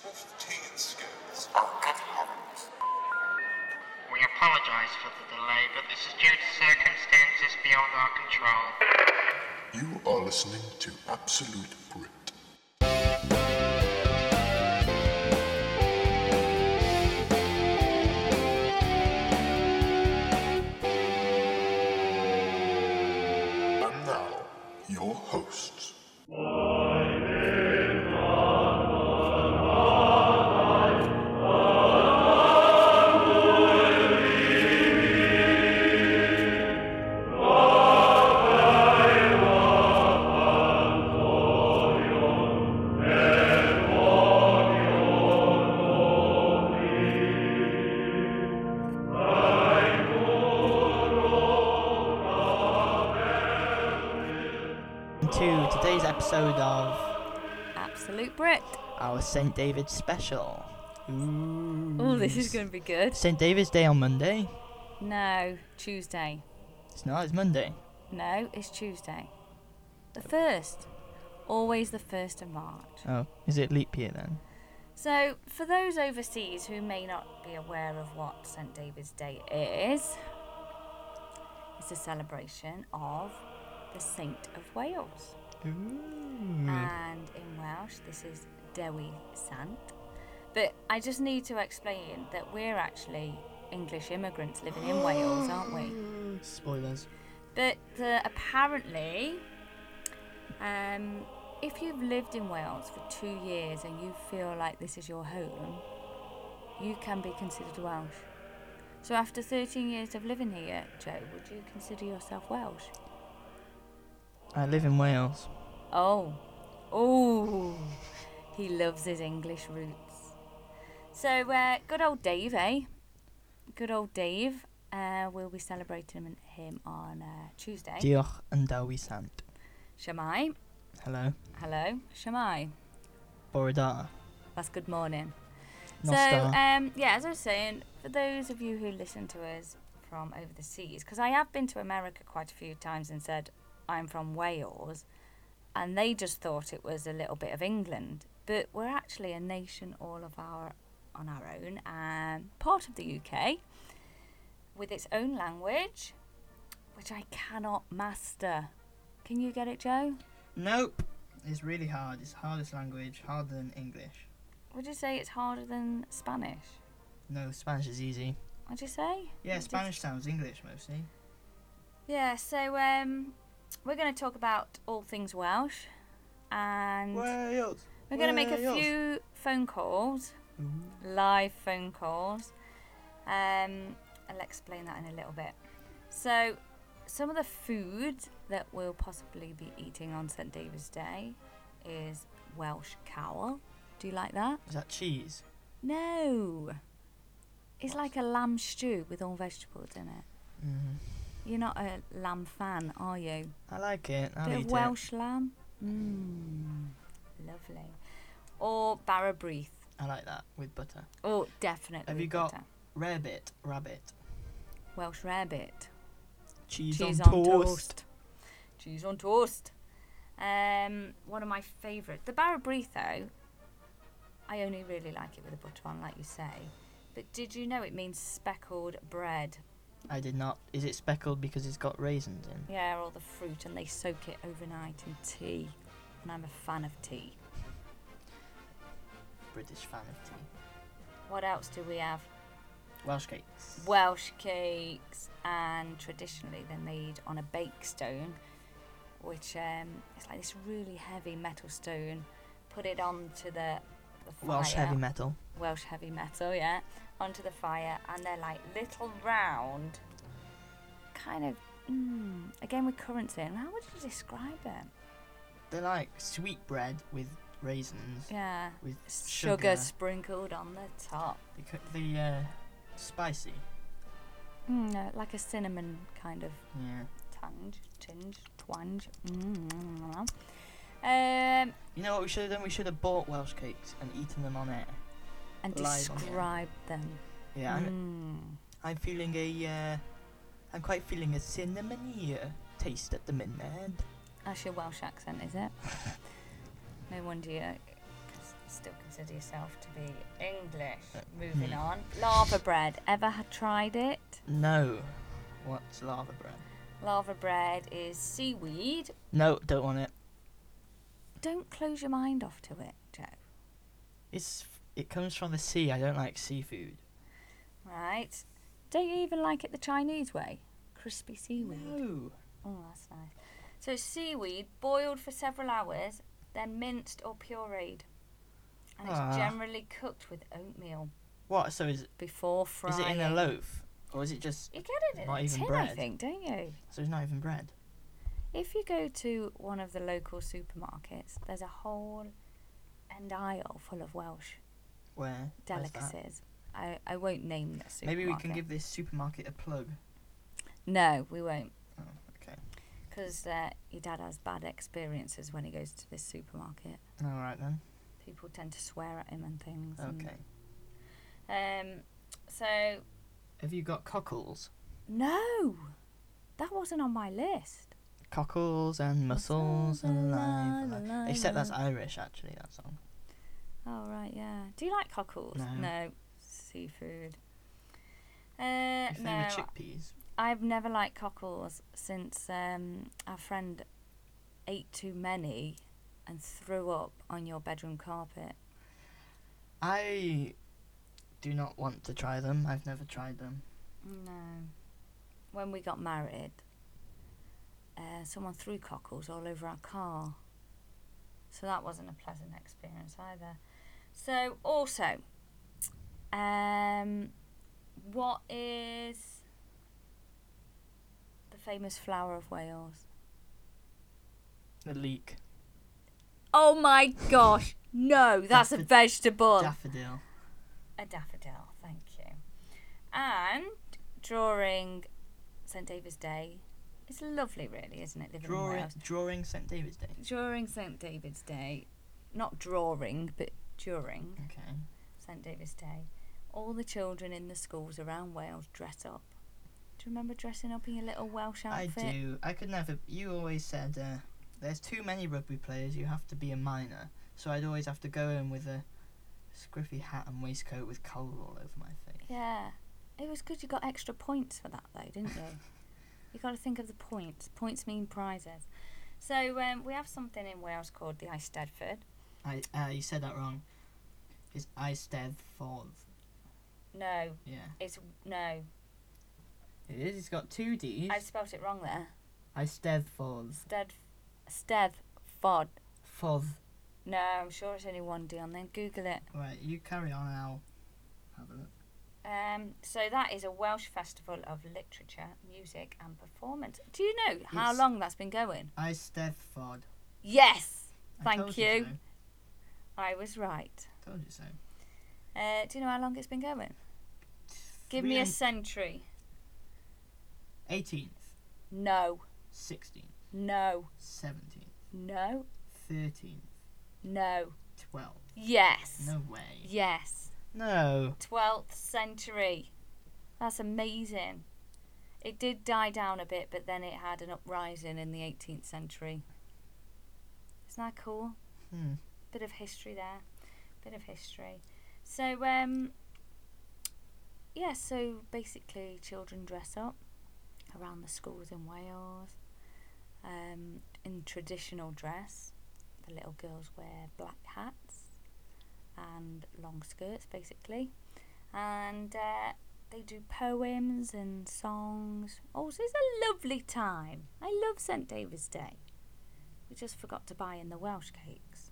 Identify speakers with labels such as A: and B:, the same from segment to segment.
A: Presbyterian scales.
B: Oh, good heavens.
C: We apologize for the delay, but this is due to circumstances beyond our control.
A: You are listening to Absolute Brit. And now, your hosts.
D: to today's episode of
E: Absolute Brit.
D: our St. David's special.
E: Oh, this is going to be good.
D: St. David's Day on Monday.
E: No, Tuesday.
D: It's not, it's Monday.
E: No, it's Tuesday. The first. Always the first of March.
D: Oh, is it leap year then?
E: So, for those overseas who may not be aware of what St. David's Day is, it's a celebration of the Saint of Wales.
D: Hmm. Ah.
E: And in Welsh, this is Dewi Sant. But I just need to explain that we're actually English immigrants living in Wales, aren't we?
D: Spoilers.
E: But uh, apparently, um, if you've lived in Wales for two years and you feel like this is your home, you can be considered Welsh. So after 13 years of living here, Joe, would you consider yourself Welsh?
D: I live in Wales.
E: Oh, oh, he loves his English roots. So, uh, good old Dave, eh? Good old Dave. Uh, we'll be celebrating him on uh, Tuesday.
D: Diolch and Dawi Sant.
E: Shemai.
D: Hello.
E: Hello, Shamai.
D: Borodara.
E: That's good morning.
D: Not
E: So,
D: star.
E: um, yeah, as I was saying, for those of you who listen to us from over the seas, because I have been to America quite a few times and said I'm from Wales, and they just thought it was a little bit of England, but we're actually a nation all of our on our own and part of the UK with its own language, which I cannot master. Can you get it, Joe?
D: Nope. It's really hard. It's the hardest language, harder than English.
E: Would you say it's harder than Spanish?
D: No, Spanish is easy.
E: What'd you say?
D: Yeah,
E: Just-
D: Spanish sounds English mostly.
E: Yeah, so um, we're going to talk about all things Welsh,
D: Mm.
E: and
D: Wales.
E: we're going to make a
D: Wales.
E: few phone calls,
D: Mm-hmm.
E: live phone calls. Um, I'll explain that in a little bit. So, some of the food that we'll possibly be eating on St David's Day is Welsh cowl. Do you like that?
D: Is that cheese?
E: No. It's like a lamb stew with all vegetables in it.
D: Mm.
E: You're not a lamb fan, are you?
D: I like it. I'll
E: bit
D: eat
E: of Welsh lamb. Mmm. Lovely. Or barabreath.
D: it. I like that with butter.
E: Oh, definitely.
D: Have you got-
E: butter.
D: Rabbit. Rabbit.
E: Welsh rarebit?
D: Cheese,
E: Cheese
D: on,
E: on, toast. Cheese on toast. Um, one of my favourite. The barabreath, though, I only really like it with a butter on, like you say. But did you know it means speckled bread?
D: I did not. Is it speckled because it's got raisins in?
E: Yeah, all the fruit, and they soak it overnight in tea. And I'm a fan of tea.
D: British fan of tea.
E: What else do we have?
D: Welsh cakes.
E: Welsh cakes, and traditionally they're made on a bake stone, which um, it's like this really heavy metal stone. Put it onto the, the fire.
D: Welsh heavy metal.
E: Welsh heavy metal, yeah, onto the fire, and they're like little round, kind of. Mm, again with currants in. How would you describe it?
D: They're like sweet bread with raisins.
E: Yeah,
D: With
E: sugar
D: sugar.
E: sprinkled on the top.
D: They cook the uh, spicy.
E: Mm, uh, like a cinnamon kind of
D: Yeah.
E: Tange, tinge, twange. Mm. Um,
D: You know what we should have done? We should have bought Welsh cakes and eaten them on air.
E: and
D: Live on the air.
E: describe them.
D: Yeah. I'm,
E: Mm.
D: I'm feeling a. Uh, I'm quite feeling a cinnamony uh, taste at the minute.
E: That's your Welsh accent, is it? no wonder you. 'cause still consider yourself to be English.
D: Uh,
E: Moving on. Lava bread. Ever had tried it?
D: No. What's lava bread?
E: Lava bread is seaweed.
D: No, don't want it.
E: Don't close your mind off to it, Joe.
D: It's it comes from the sea. I don't like seafood.
E: Right? Don't you even like it the Chinese way? Crispy seaweed.
D: No.
E: Oh, that's nice. So it's seaweed boiled for several hours, then minced or pureed. And it's
D: Ah.
E: generally cooked with oatmeal
D: What? So is
E: before
D: is
E: frying.
D: it in a loaf or is it just
E: You get it in
D: Not
E: a
D: even
E: tin, I
D: bread.
E: think, don't you?
D: so it's not even bread?
E: If you go to one of the local supermarkets, there's a whole end aisle full of Welsh
D: Where where's that?
E: delicacies. I, I won't name the supermarket.
D: Maybe we can give this supermarket a plug.
E: No, we won't,
D: Oh, okay.
E: because uh, your dad has bad experiences when he goes to this supermarket.
D: All right then.
E: People tend to swear at him and things. and-
D: Okay.
E: um, so
D: Have you got cockles?
E: no, that wasn't on my list.
D: Cockles and mussels
E: Mussels
D: and
E: alive,
D: live.
E: alive,
D: alive. Except that's
E: alive.
D: Irish, actually. That song.
E: Oh right, yeah. Do you like cockles?
D: No.
E: seafood. Uh,
D: if they
E: no,
D: were chickpeas.
E: I've never liked cockles since um, our friend ate too many and threw up on your bedroom carpet.
D: I do not want to try them. I've never tried them.
E: No. When we got married, uh, someone threw cockles all over our car. So that wasn't a pleasant experience either. So, also, um, what is the famous flower of Wales?
D: The leek,
E: Oh my gosh! No, that's a
D: Daffod-
E: vegetable.
D: daffodil.
E: a daffodil, thank you. And drawing St David's Day, it's lovely, really, isn't it? Living in
D: Drawing,
E: Wales.
D: drawing St David's Day.
E: During St David's Day, not drawing, but during
D: Okay.
E: St David's Day, all the children in the schools around Wales dress up. Do you remember dressing up in your little Welsh
D: I
E: outfit?
D: do. I could never. You always said uh, there's too many rugby players. You have to be a minor. So I'd always have to go in with a scruffy hat and waistcoat with coal all over my face.
E: Yeah. It was good you got extra points for that, though, didn't you? you got to think of the points. Points mean prizes. So um, we have something in Wales called the Ice Steadford.
D: I uh, you said that wrong. It's I stared for.
E: No,
D: Yeah.
E: it's no.
D: It is. It's got two D's.
E: I've spelt it wrong there.
D: I stared for.
E: Stead, Steadford.
D: For.
E: No, I'm sure it's only one D on there. Google it.
D: Right. You carry on. and I'll have a look.
E: Um, so that is a Welsh festival of literature, music, and performance. Do you know how
D: Yes.
E: long that's been going?
D: I Stedford.
E: Yes,
D: I
E: Thank
D: told
E: you.
D: so.
E: I was right.
D: Told you so.
E: Uh, do you know how long it's been going? Give me a century.
D: Eighteenth,
E: No,
D: sixteenth,
E: no,
D: seventeenth,
E: no,
D: thirteenth,
E: no.
D: twelfth.
E: Yes,
D: No way.
E: yes.
D: No.
E: 12th century. That's amazing. It did die down a bit, but then it had an uprising in the 18th century. Isn't that cool?
D: Hmm.
E: Bit of history there. Bit of history. So, um, yeah, so basically, children dress up around the schools in Wales um, in traditional dress. The little girls wear black hats and long skirts, basically. And uh, they do poems and songs. Oh, so it's a lovely time. I love St David's Day. We just forgot to buy in the Welsh cakes.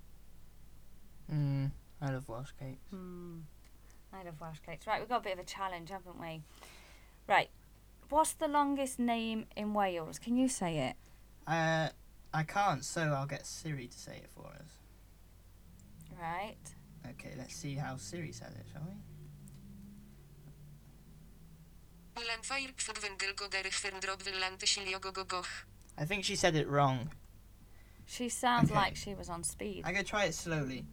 D: Hmm. I love Welsh cakes.
E: Mm. I love Welsh cakes. Right, we've got a bit of a challenge, haven't we? Right. What's the longest name in Wales? Can you say it?
D: Uh, I can't, so I'll get Siri to say it for us.
E: Right.
D: Okay, let's see how Siri says it, shall we?
B: Lanfair pfudwendelgoderich ferndrobdlantysiliogogogoch.
D: I think she said it wrong.
E: She sounds
D: Okay.
E: like she was on speed.
D: I go try it slowly.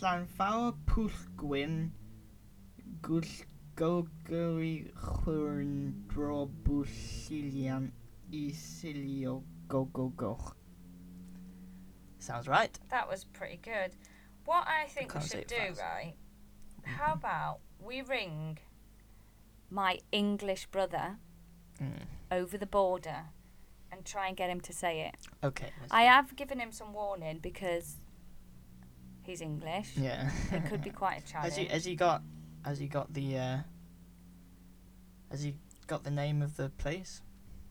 D: Llanfaur pwllgwyn gwllgogri chwyrn drobwsilian isilio gogogoch. Sounds right.
E: That was pretty good. What I think we
D: Because
E: should
D: it Mm-hmm.
E: do,
D: fails.
E: right? How about we ring my English brother
D: Mm.
E: over the border and try and get him to say it?
D: Okay. let's
E: I
D: do
E: have given him some warning because he's English.
D: it. Yeah.
E: It could be quite a
D: Has he
E: challenge.
D: has he got has he got the uh has he got the name of the place?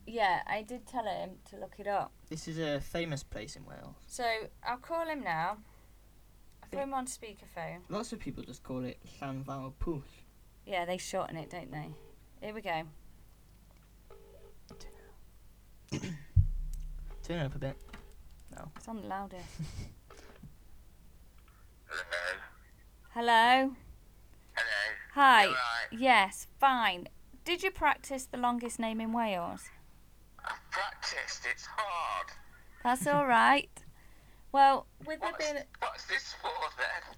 E: Yeah, I did tell him to look it up.
D: This is a famous place in Wales.
E: So I'll call him now. I'll throw
D: Yeah.
E: him on speakerphone.
D: Lots of people just call it Llanfair Pwll.
E: Yeah, they shorten it, don't they? Here we go.
D: Turn it up a bit.
E: It's on the loudest.
F: Hello.
E: Hello.
F: Hello.
E: Hi.
F: You alright?
E: Yes, fine. Did you practice the longest name in Wales?
F: I practiced. It's hard.
E: That's all right. Well, with there
F: What's,
E: being
F: what's this for then?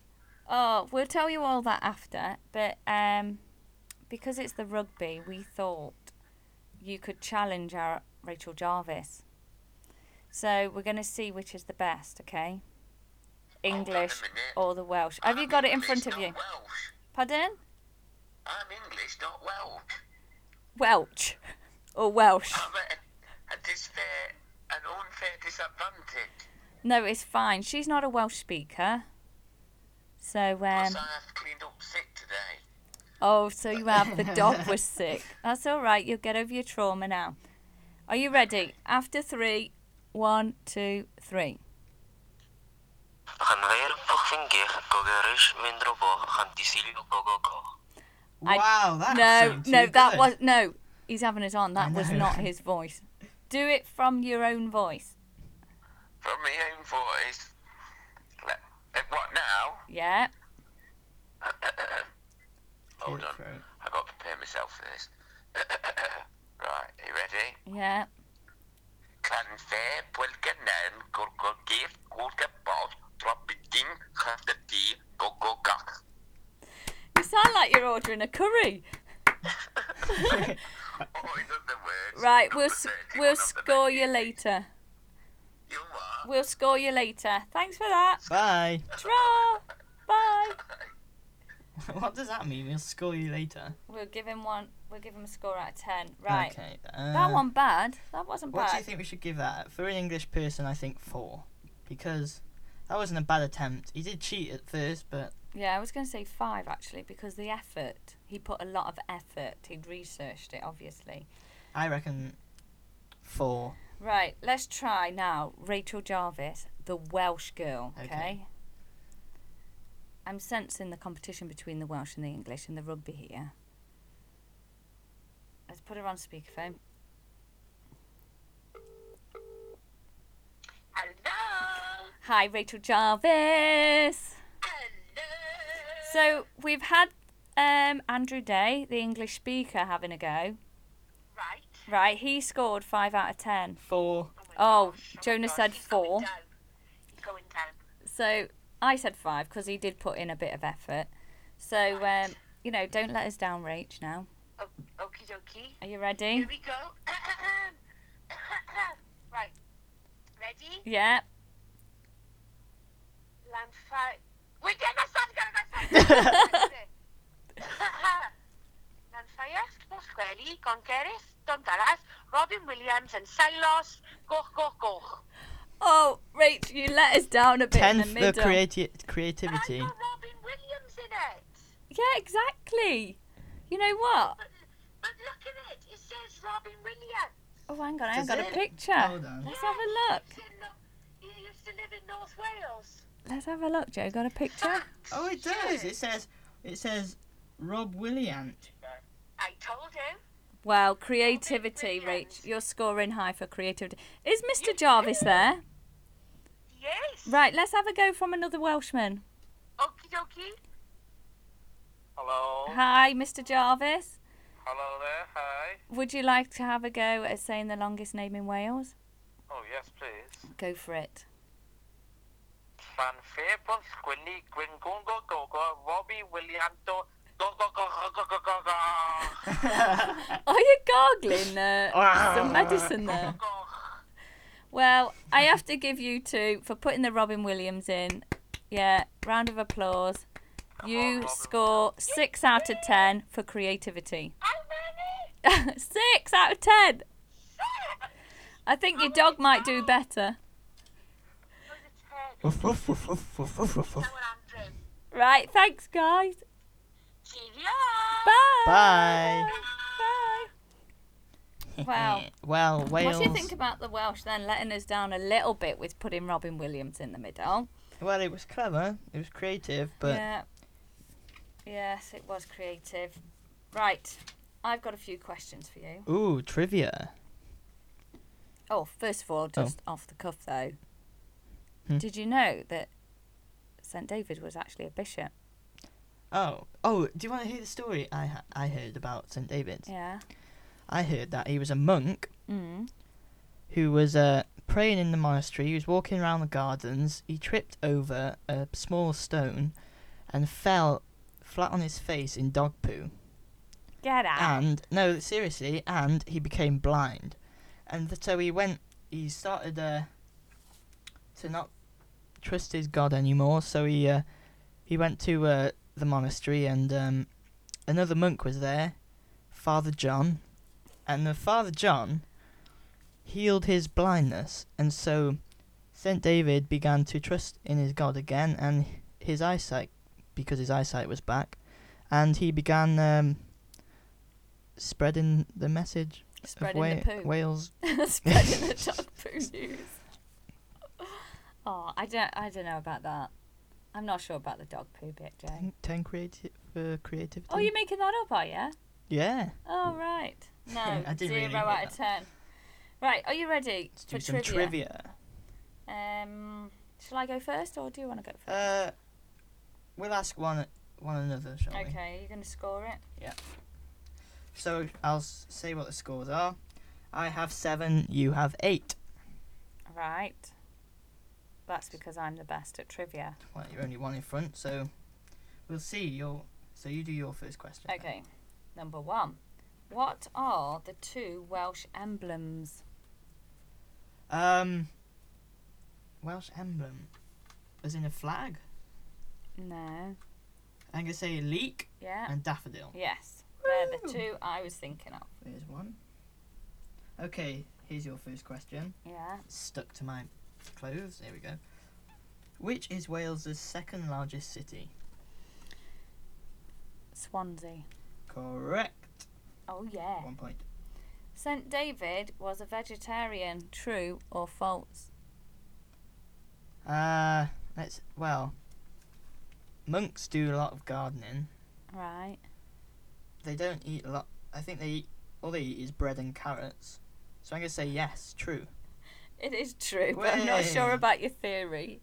E: oh, we'll tell you all that after. But um, because it's the rugby, we thought you could challenge our Rachel Jarvis. So we're going to see which is the best, okay? English
F: Oh, minute.
E: or the Welsh? Have you got it in
F: English,
E: front of
F: not
E: you?
F: Welsh.
E: Pardon?
F: I'm English, not Welsh.
E: Welch or Welsh?
F: I'm at a, a despair, an unfair disadvantage.
E: No, it's fine. She's not a Welsh speaker. So um,
F: Plus, I have cleaned up sick today.
E: Oh, so you have. The dog was sick. That's all right. You'll get over your trauma now. Are you ready? After three, one, two, three.
G: Gaan weer er fucking gig, kogerish mindro bo, gaan tisilio gogogo.
E: I-
D: wow, that
E: No,
D: sounds
E: no,
D: too
E: that
D: good.
E: was no. He's having us on.
D: I
E: That was
D: know.
E: not his voice. Do it from your own voice.
F: From my own voice. Let, eh, what now?
E: Yeah.
F: Hold on.
D: Throat.
F: i got to prepare myself for this. right, you ready?
E: Yeah.
F: Kanskje pulke navn går gå gift, pulke bad, droppe ting, kaste tid, gå gå gakk.
E: You sound like you're ordering a curry.
F: Oh, in other words,
E: Right.
F: number
E: We'll s-
F: 31
E: we'll
F: of the
E: score you
F: menu.
E: later.
F: You are.
E: We'll score you later. Thanks for that.
D: Bye.
E: Tra. Bye.
D: what does that mean? We'll score you later.
E: We'll give him one. We'll give him a score out of ten. Right.
D: Okay. Uh,
E: That one bad. That wasn't
D: What
E: bad.
D: do you think we should give that? For an English person, I think four, because that wasn't a bad attempt. He did cheat at first, but
E: Yeah, I was going to say five actually because the effort. He put a lot of effort. He'd researched it, obviously.
D: I reckon four.
E: Right, let's try now. Rachel Jarvis, the Welsh girl. Okay.
D: Okay.
E: I'm sensing the competition between the Welsh and the English and the rugby here. Let's put her on speakerphone.
F: Hello.
E: Hi, Rachel Jarvis. So we've had um, Andrew Day, the English speaker, having a go.
F: Right.
E: Right, he scored five out of ten.
D: Four.
E: Oh, Jonah said four.
F: Going down.
E: So I said five because he did put in a bit of effort. So um, you know, don't let us down, Rach. Now,
F: Oh, okie dokie.
E: are you ready?
F: Here we go. right. Ready?
E: Yeah.
F: Land fight. We get the sun, get the sun. Lanfires, Musqueli, Conqueres, Tontaras, Robin Williams and Silos, Goch, Goch, Goch.
E: Oh, Rach, you let us down a bit in
D: Tenth
E: the
D: the,
E: middle.
D: creati-
F: I
D: creativity.
F: got Robin Williams in it.
E: yeah, exactly. You know what?
F: But, but look at it, it says Robin Williams.
E: Oh, hang on, I haven't
D: Does
E: got a
D: it?
E: picture.
D: Hold on.
E: Let's have a look.
F: He used to lo- He used to live in North Wales.
E: Let's have a look, Joe. Got a picture?
D: Oh, it does. It says it says Rob Williant.
F: I told him.
E: Wow, creativity,
F: brilliant.
E: Rach. You're scoring high for creativity. Is Mr. Jarvis there?
F: Yes.
E: Right, let's have a go from another Welshman.
F: Okie dokie.
H: Hello.
E: Hi, Mr. Jarvis.
H: Hello there. Hi.
E: Would you like to have a go at saying the longest name in Wales?
H: Oh yes, please.
E: Go for it.
H: Van Fairpont, Squilly, Gringongo, Gogo, Robbie, Williamto, Go Go Go Go Go Go Go Go.
E: Are you gargling uh,
D: Ah.
E: some medicine there? Well, I have to give you two for putting the Robin Williams in. Yeah, round of applause. You score six out of ten for creativity. six out of ten. I think your dog might do better.
D: Woof, woof, woof, woof, woof, woof, woof, woof.
E: Right, thanks guys. Bye.
D: Bye.
E: Bye. Wow.
D: well, Wales.
E: What do you think about the Welsh then letting us down a little bit with putting Robin Williams in the middle?
D: well, it was clever. It was creative, but
E: yeah. Yes, it was creative. Right. I've got a few questions for you.
D: ooh, trivia.
E: Oh, first of all, just off the cuff though.
D: Hmm.
E: Did you know that St David was actually a bishop?
D: Oh, oh, do you want to hear the story I ha- I heard about St David?
E: Yeah.
D: I heard that he was a monk
E: Mm.
D: who was uh, praying in the monastery. He was walking around the gardens. He tripped over a small stone and fell flat on his face in dog poo.
E: Get out.
D: And no, seriously, and he became blind. And th- so he went. He started uh, to not trust his god anymore. So he uh, he went to uh, the monastery, and um, another monk was there, Father John, and the Father John healed his blindness, and so Saint David began to trust in his god again, and his eyesight, because his eyesight was back, and he began. Um, spreading the message
E: Spreading
D: of
E: the
D: Wa-
E: poo.
D: Wales.
E: spreading the dog poo news. Oh, I don't, I don't know about that. I'm not sure about the dog poo bit, Jay.
D: Ten, ten creative uh, creativity.
E: Oh, you're making that up, are you?
D: yeah.
E: Oh, right. No,
D: I did
E: zero
D: really hear
E: out of ten. Right, are you ready
D: Let's
E: for
D: do some
E: trivia?
D: trivia.
E: Um, shall I go first, or do you want to go first?
D: Uh, we'll ask one one another, shall we?
E: okay, you're gonna score it.
D: So I'll s- say what the scores are. I have seven. You have eight.
E: Right. That's because I'm the best at trivia.
D: Well, you're only one in front, so we'll see. Your so you do your first question. then.
E: Okay, number one. What are the two Welsh emblems?
D: Um, Welsh emblem, as in a flag.
E: No.
D: I'm gonna say leek
E: Yeah.
D: and daffodil.
E: Yes. They're the two I was thinking of.
D: There's one. Okay, here's your first question.
E: Yeah.
D: Stuck to my clothes. There we go. Which is Wales' second largest city?
E: Swansea.
D: Correct.
E: Oh, yeah.
D: One point.
E: St. David was a vegetarian. True or false?
D: Uh, let's. Well, monks do a lot of gardening.
E: Right.
D: They don't eat a lot. I think they eat. All they eat is bread and carrots. So I'm gonna say yes. True.
E: It is true, but I'm not sure
D: Way.
E: about your theory.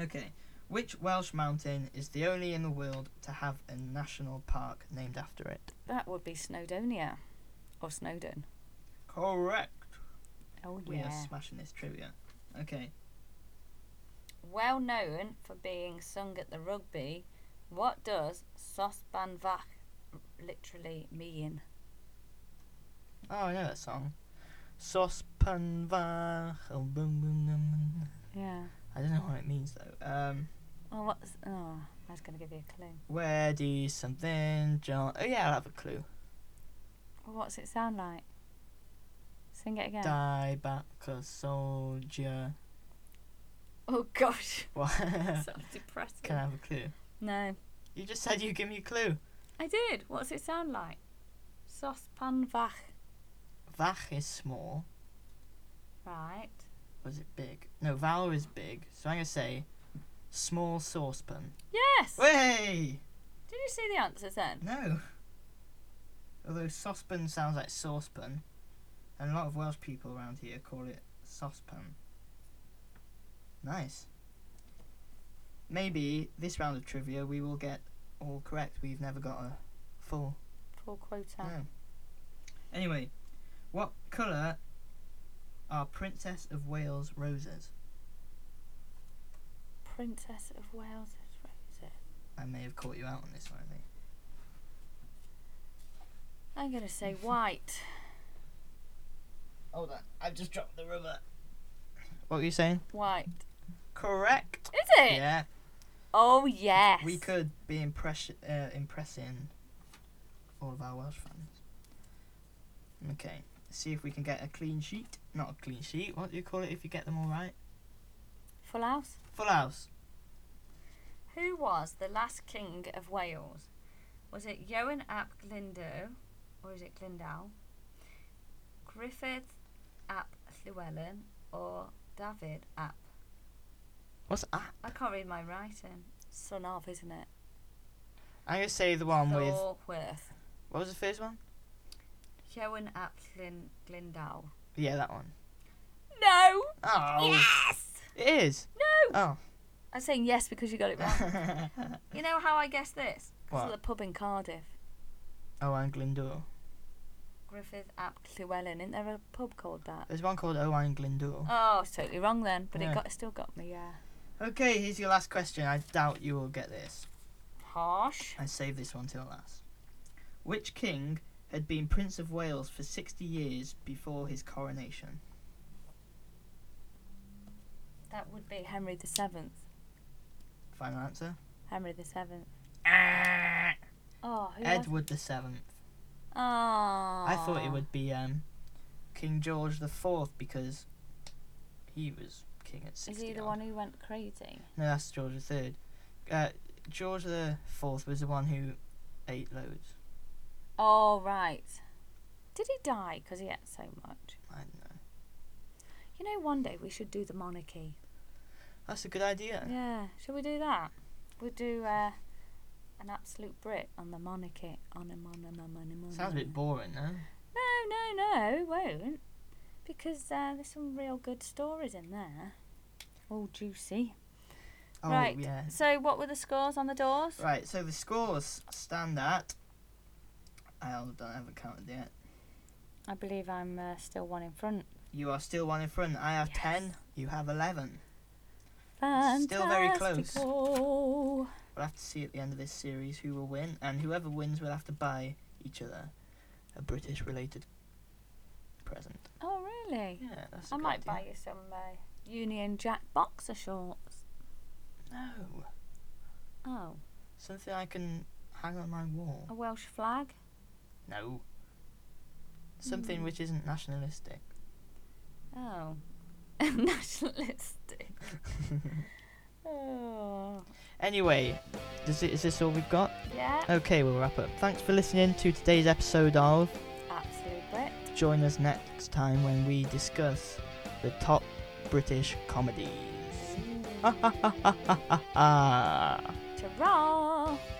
D: Okay. Which Welsh mountain is the only in the world to have a national park named after it?
E: That would be Snowdonia or Snowdon.
D: Correct.
E: Oh,
D: We are
E: yeah.
D: smashing this trivia. Okay.
E: Well known for being sung at the rugby, what does Sosban Vach literally mean?
D: Oh, I know that song. Sospan fach, oh, boom, boom, dum, dum.
E: Yeah.
D: I don't know what it means though. Um,
E: Well, what's. Oh, I was going to give you a clue.
D: where do something John? Oh yeah, I'll have a clue.
E: Well, what's it sound like? Sing it again.
D: Die back a soldier.
E: Oh, gosh.
D: What? Can
E: Sounds depressing.
D: I have a clue?
E: No.
D: You just said you give me a clue.
E: I did. What's it sound like? Sospan Vach.
D: Vach is small.
E: Right.
D: Was it big? No, Val is big. So I'm gonna say small saucepan.
E: Yes!
D: Way.
E: Did you see the answers then?
D: No. Although saucepan sounds like saucepan, and a lot of Welsh people around here call it saucepan. Nice. Maybe this round of trivia we will get all correct. We've never got a full.
E: Full quota.
D: No. Anyway, what colour are Princess of Wales roses?
E: Princess of Wales is roses.
D: I may have caught you out on this one, I think.
E: I'm going to say white.
D: Hold on, I've just dropped the rubber. What were you saying?
E: White.
D: Correct.
E: Is it?
D: Yeah.
E: Oh yes.
D: We could be impress- uh, impressing all of our Welsh fans. Okay, see if we can get a clean sheet. Not a clean sheet. What do you call it if you get them all right?
E: Full House.
D: Full house.
E: Who was the last king of Wales? Was it Joan ap Glyndwr, or is it Glyndal? Griffith ap Llywelyn, or David ap?
D: What's that?
E: I can't read my writing. Son of, isn't it?
D: I'm gonna say the one with
E: Thorworth.
D: what was the first one?
E: Joan ap Glyn- Glyndal.
D: Yeah, that one.
E: No.
D: Oh,
E: Yes.
D: it is.
E: No.
D: Oh.
E: I'm saying yes because you got it wrong. you know how I guessed this? Because
D: What?
E: of the pub in Cardiff.
D: oh, and Glyndwr.
E: Griffith ap Llywelyn. Isn't there a pub called that?
D: There's one called Owain Glyndwr.
E: Oh, I was totally wrong then, but
D: Yeah.
E: it got still got me. Yeah.
D: Okay, here's your last question. I doubt you will get this.
E: Harsh.
D: I saved this one till last. Which king had been Prince of Wales for 60 years before his coronation?
E: That would be Henry the Seventh.
D: Final answer?
E: Henry the Seventh. Oh, who was-
D: Edward the Seventh.
E: Oh.
D: I
E: I
D: thought it would be um, King George the Fourth because he was king at 60.
E: Is he the
D: odd.
E: one who went crazy?
D: No, that's George the Third. Uh, George the Fourth was the one who ate loads.
E: Oh right. Did he die because he ate so much?
D: I don't know.
E: You know, one day we should do the monarchy.
D: That's a good idea.
E: Yeah, shall we do that? We'll do uh, an absolute Brit on the monarchy. On a mon, on a mon, on a
D: Sounds a bit boring, though.
E: No, no, no, it won't. Because uh, there's some real good stories in there. All juicy.
D: Oh,
E: right.
D: yeah.
E: So, what were the scores on the doors?
D: Right, so the scores stand at. I don't have a count yet.
E: I believe I'm uh, still one in front.
D: You are still one in front. I have
E: Yes.
D: 10. You have 11. Still
E: Fantastical.
D: very close. We'll have to see at the end of this series who will win, and whoever wins will have to buy each other a British related present.
E: Oh, really?
D: Yeah, that's a
E: I
D: good
E: might
D: idea.
E: buy you some uh, Union Jack boxer shorts.
D: No.
E: Oh,
D: Something I can hang on my wall.
E: a Welsh flag?
D: No.
E: Hmm.
D: Something which isn't nationalistic.
E: Oh. Nationalistic. oh.
D: Anyway, does it, is this all we've got?
E: Yeah.
D: Okay, we'll wrap up. Thanks for listening to today's episode of
E: Absolute Brit.
D: Join us next time when we discuss the top British comedies. Ha ha ha ha ha ha ha!
E: Ta-ra!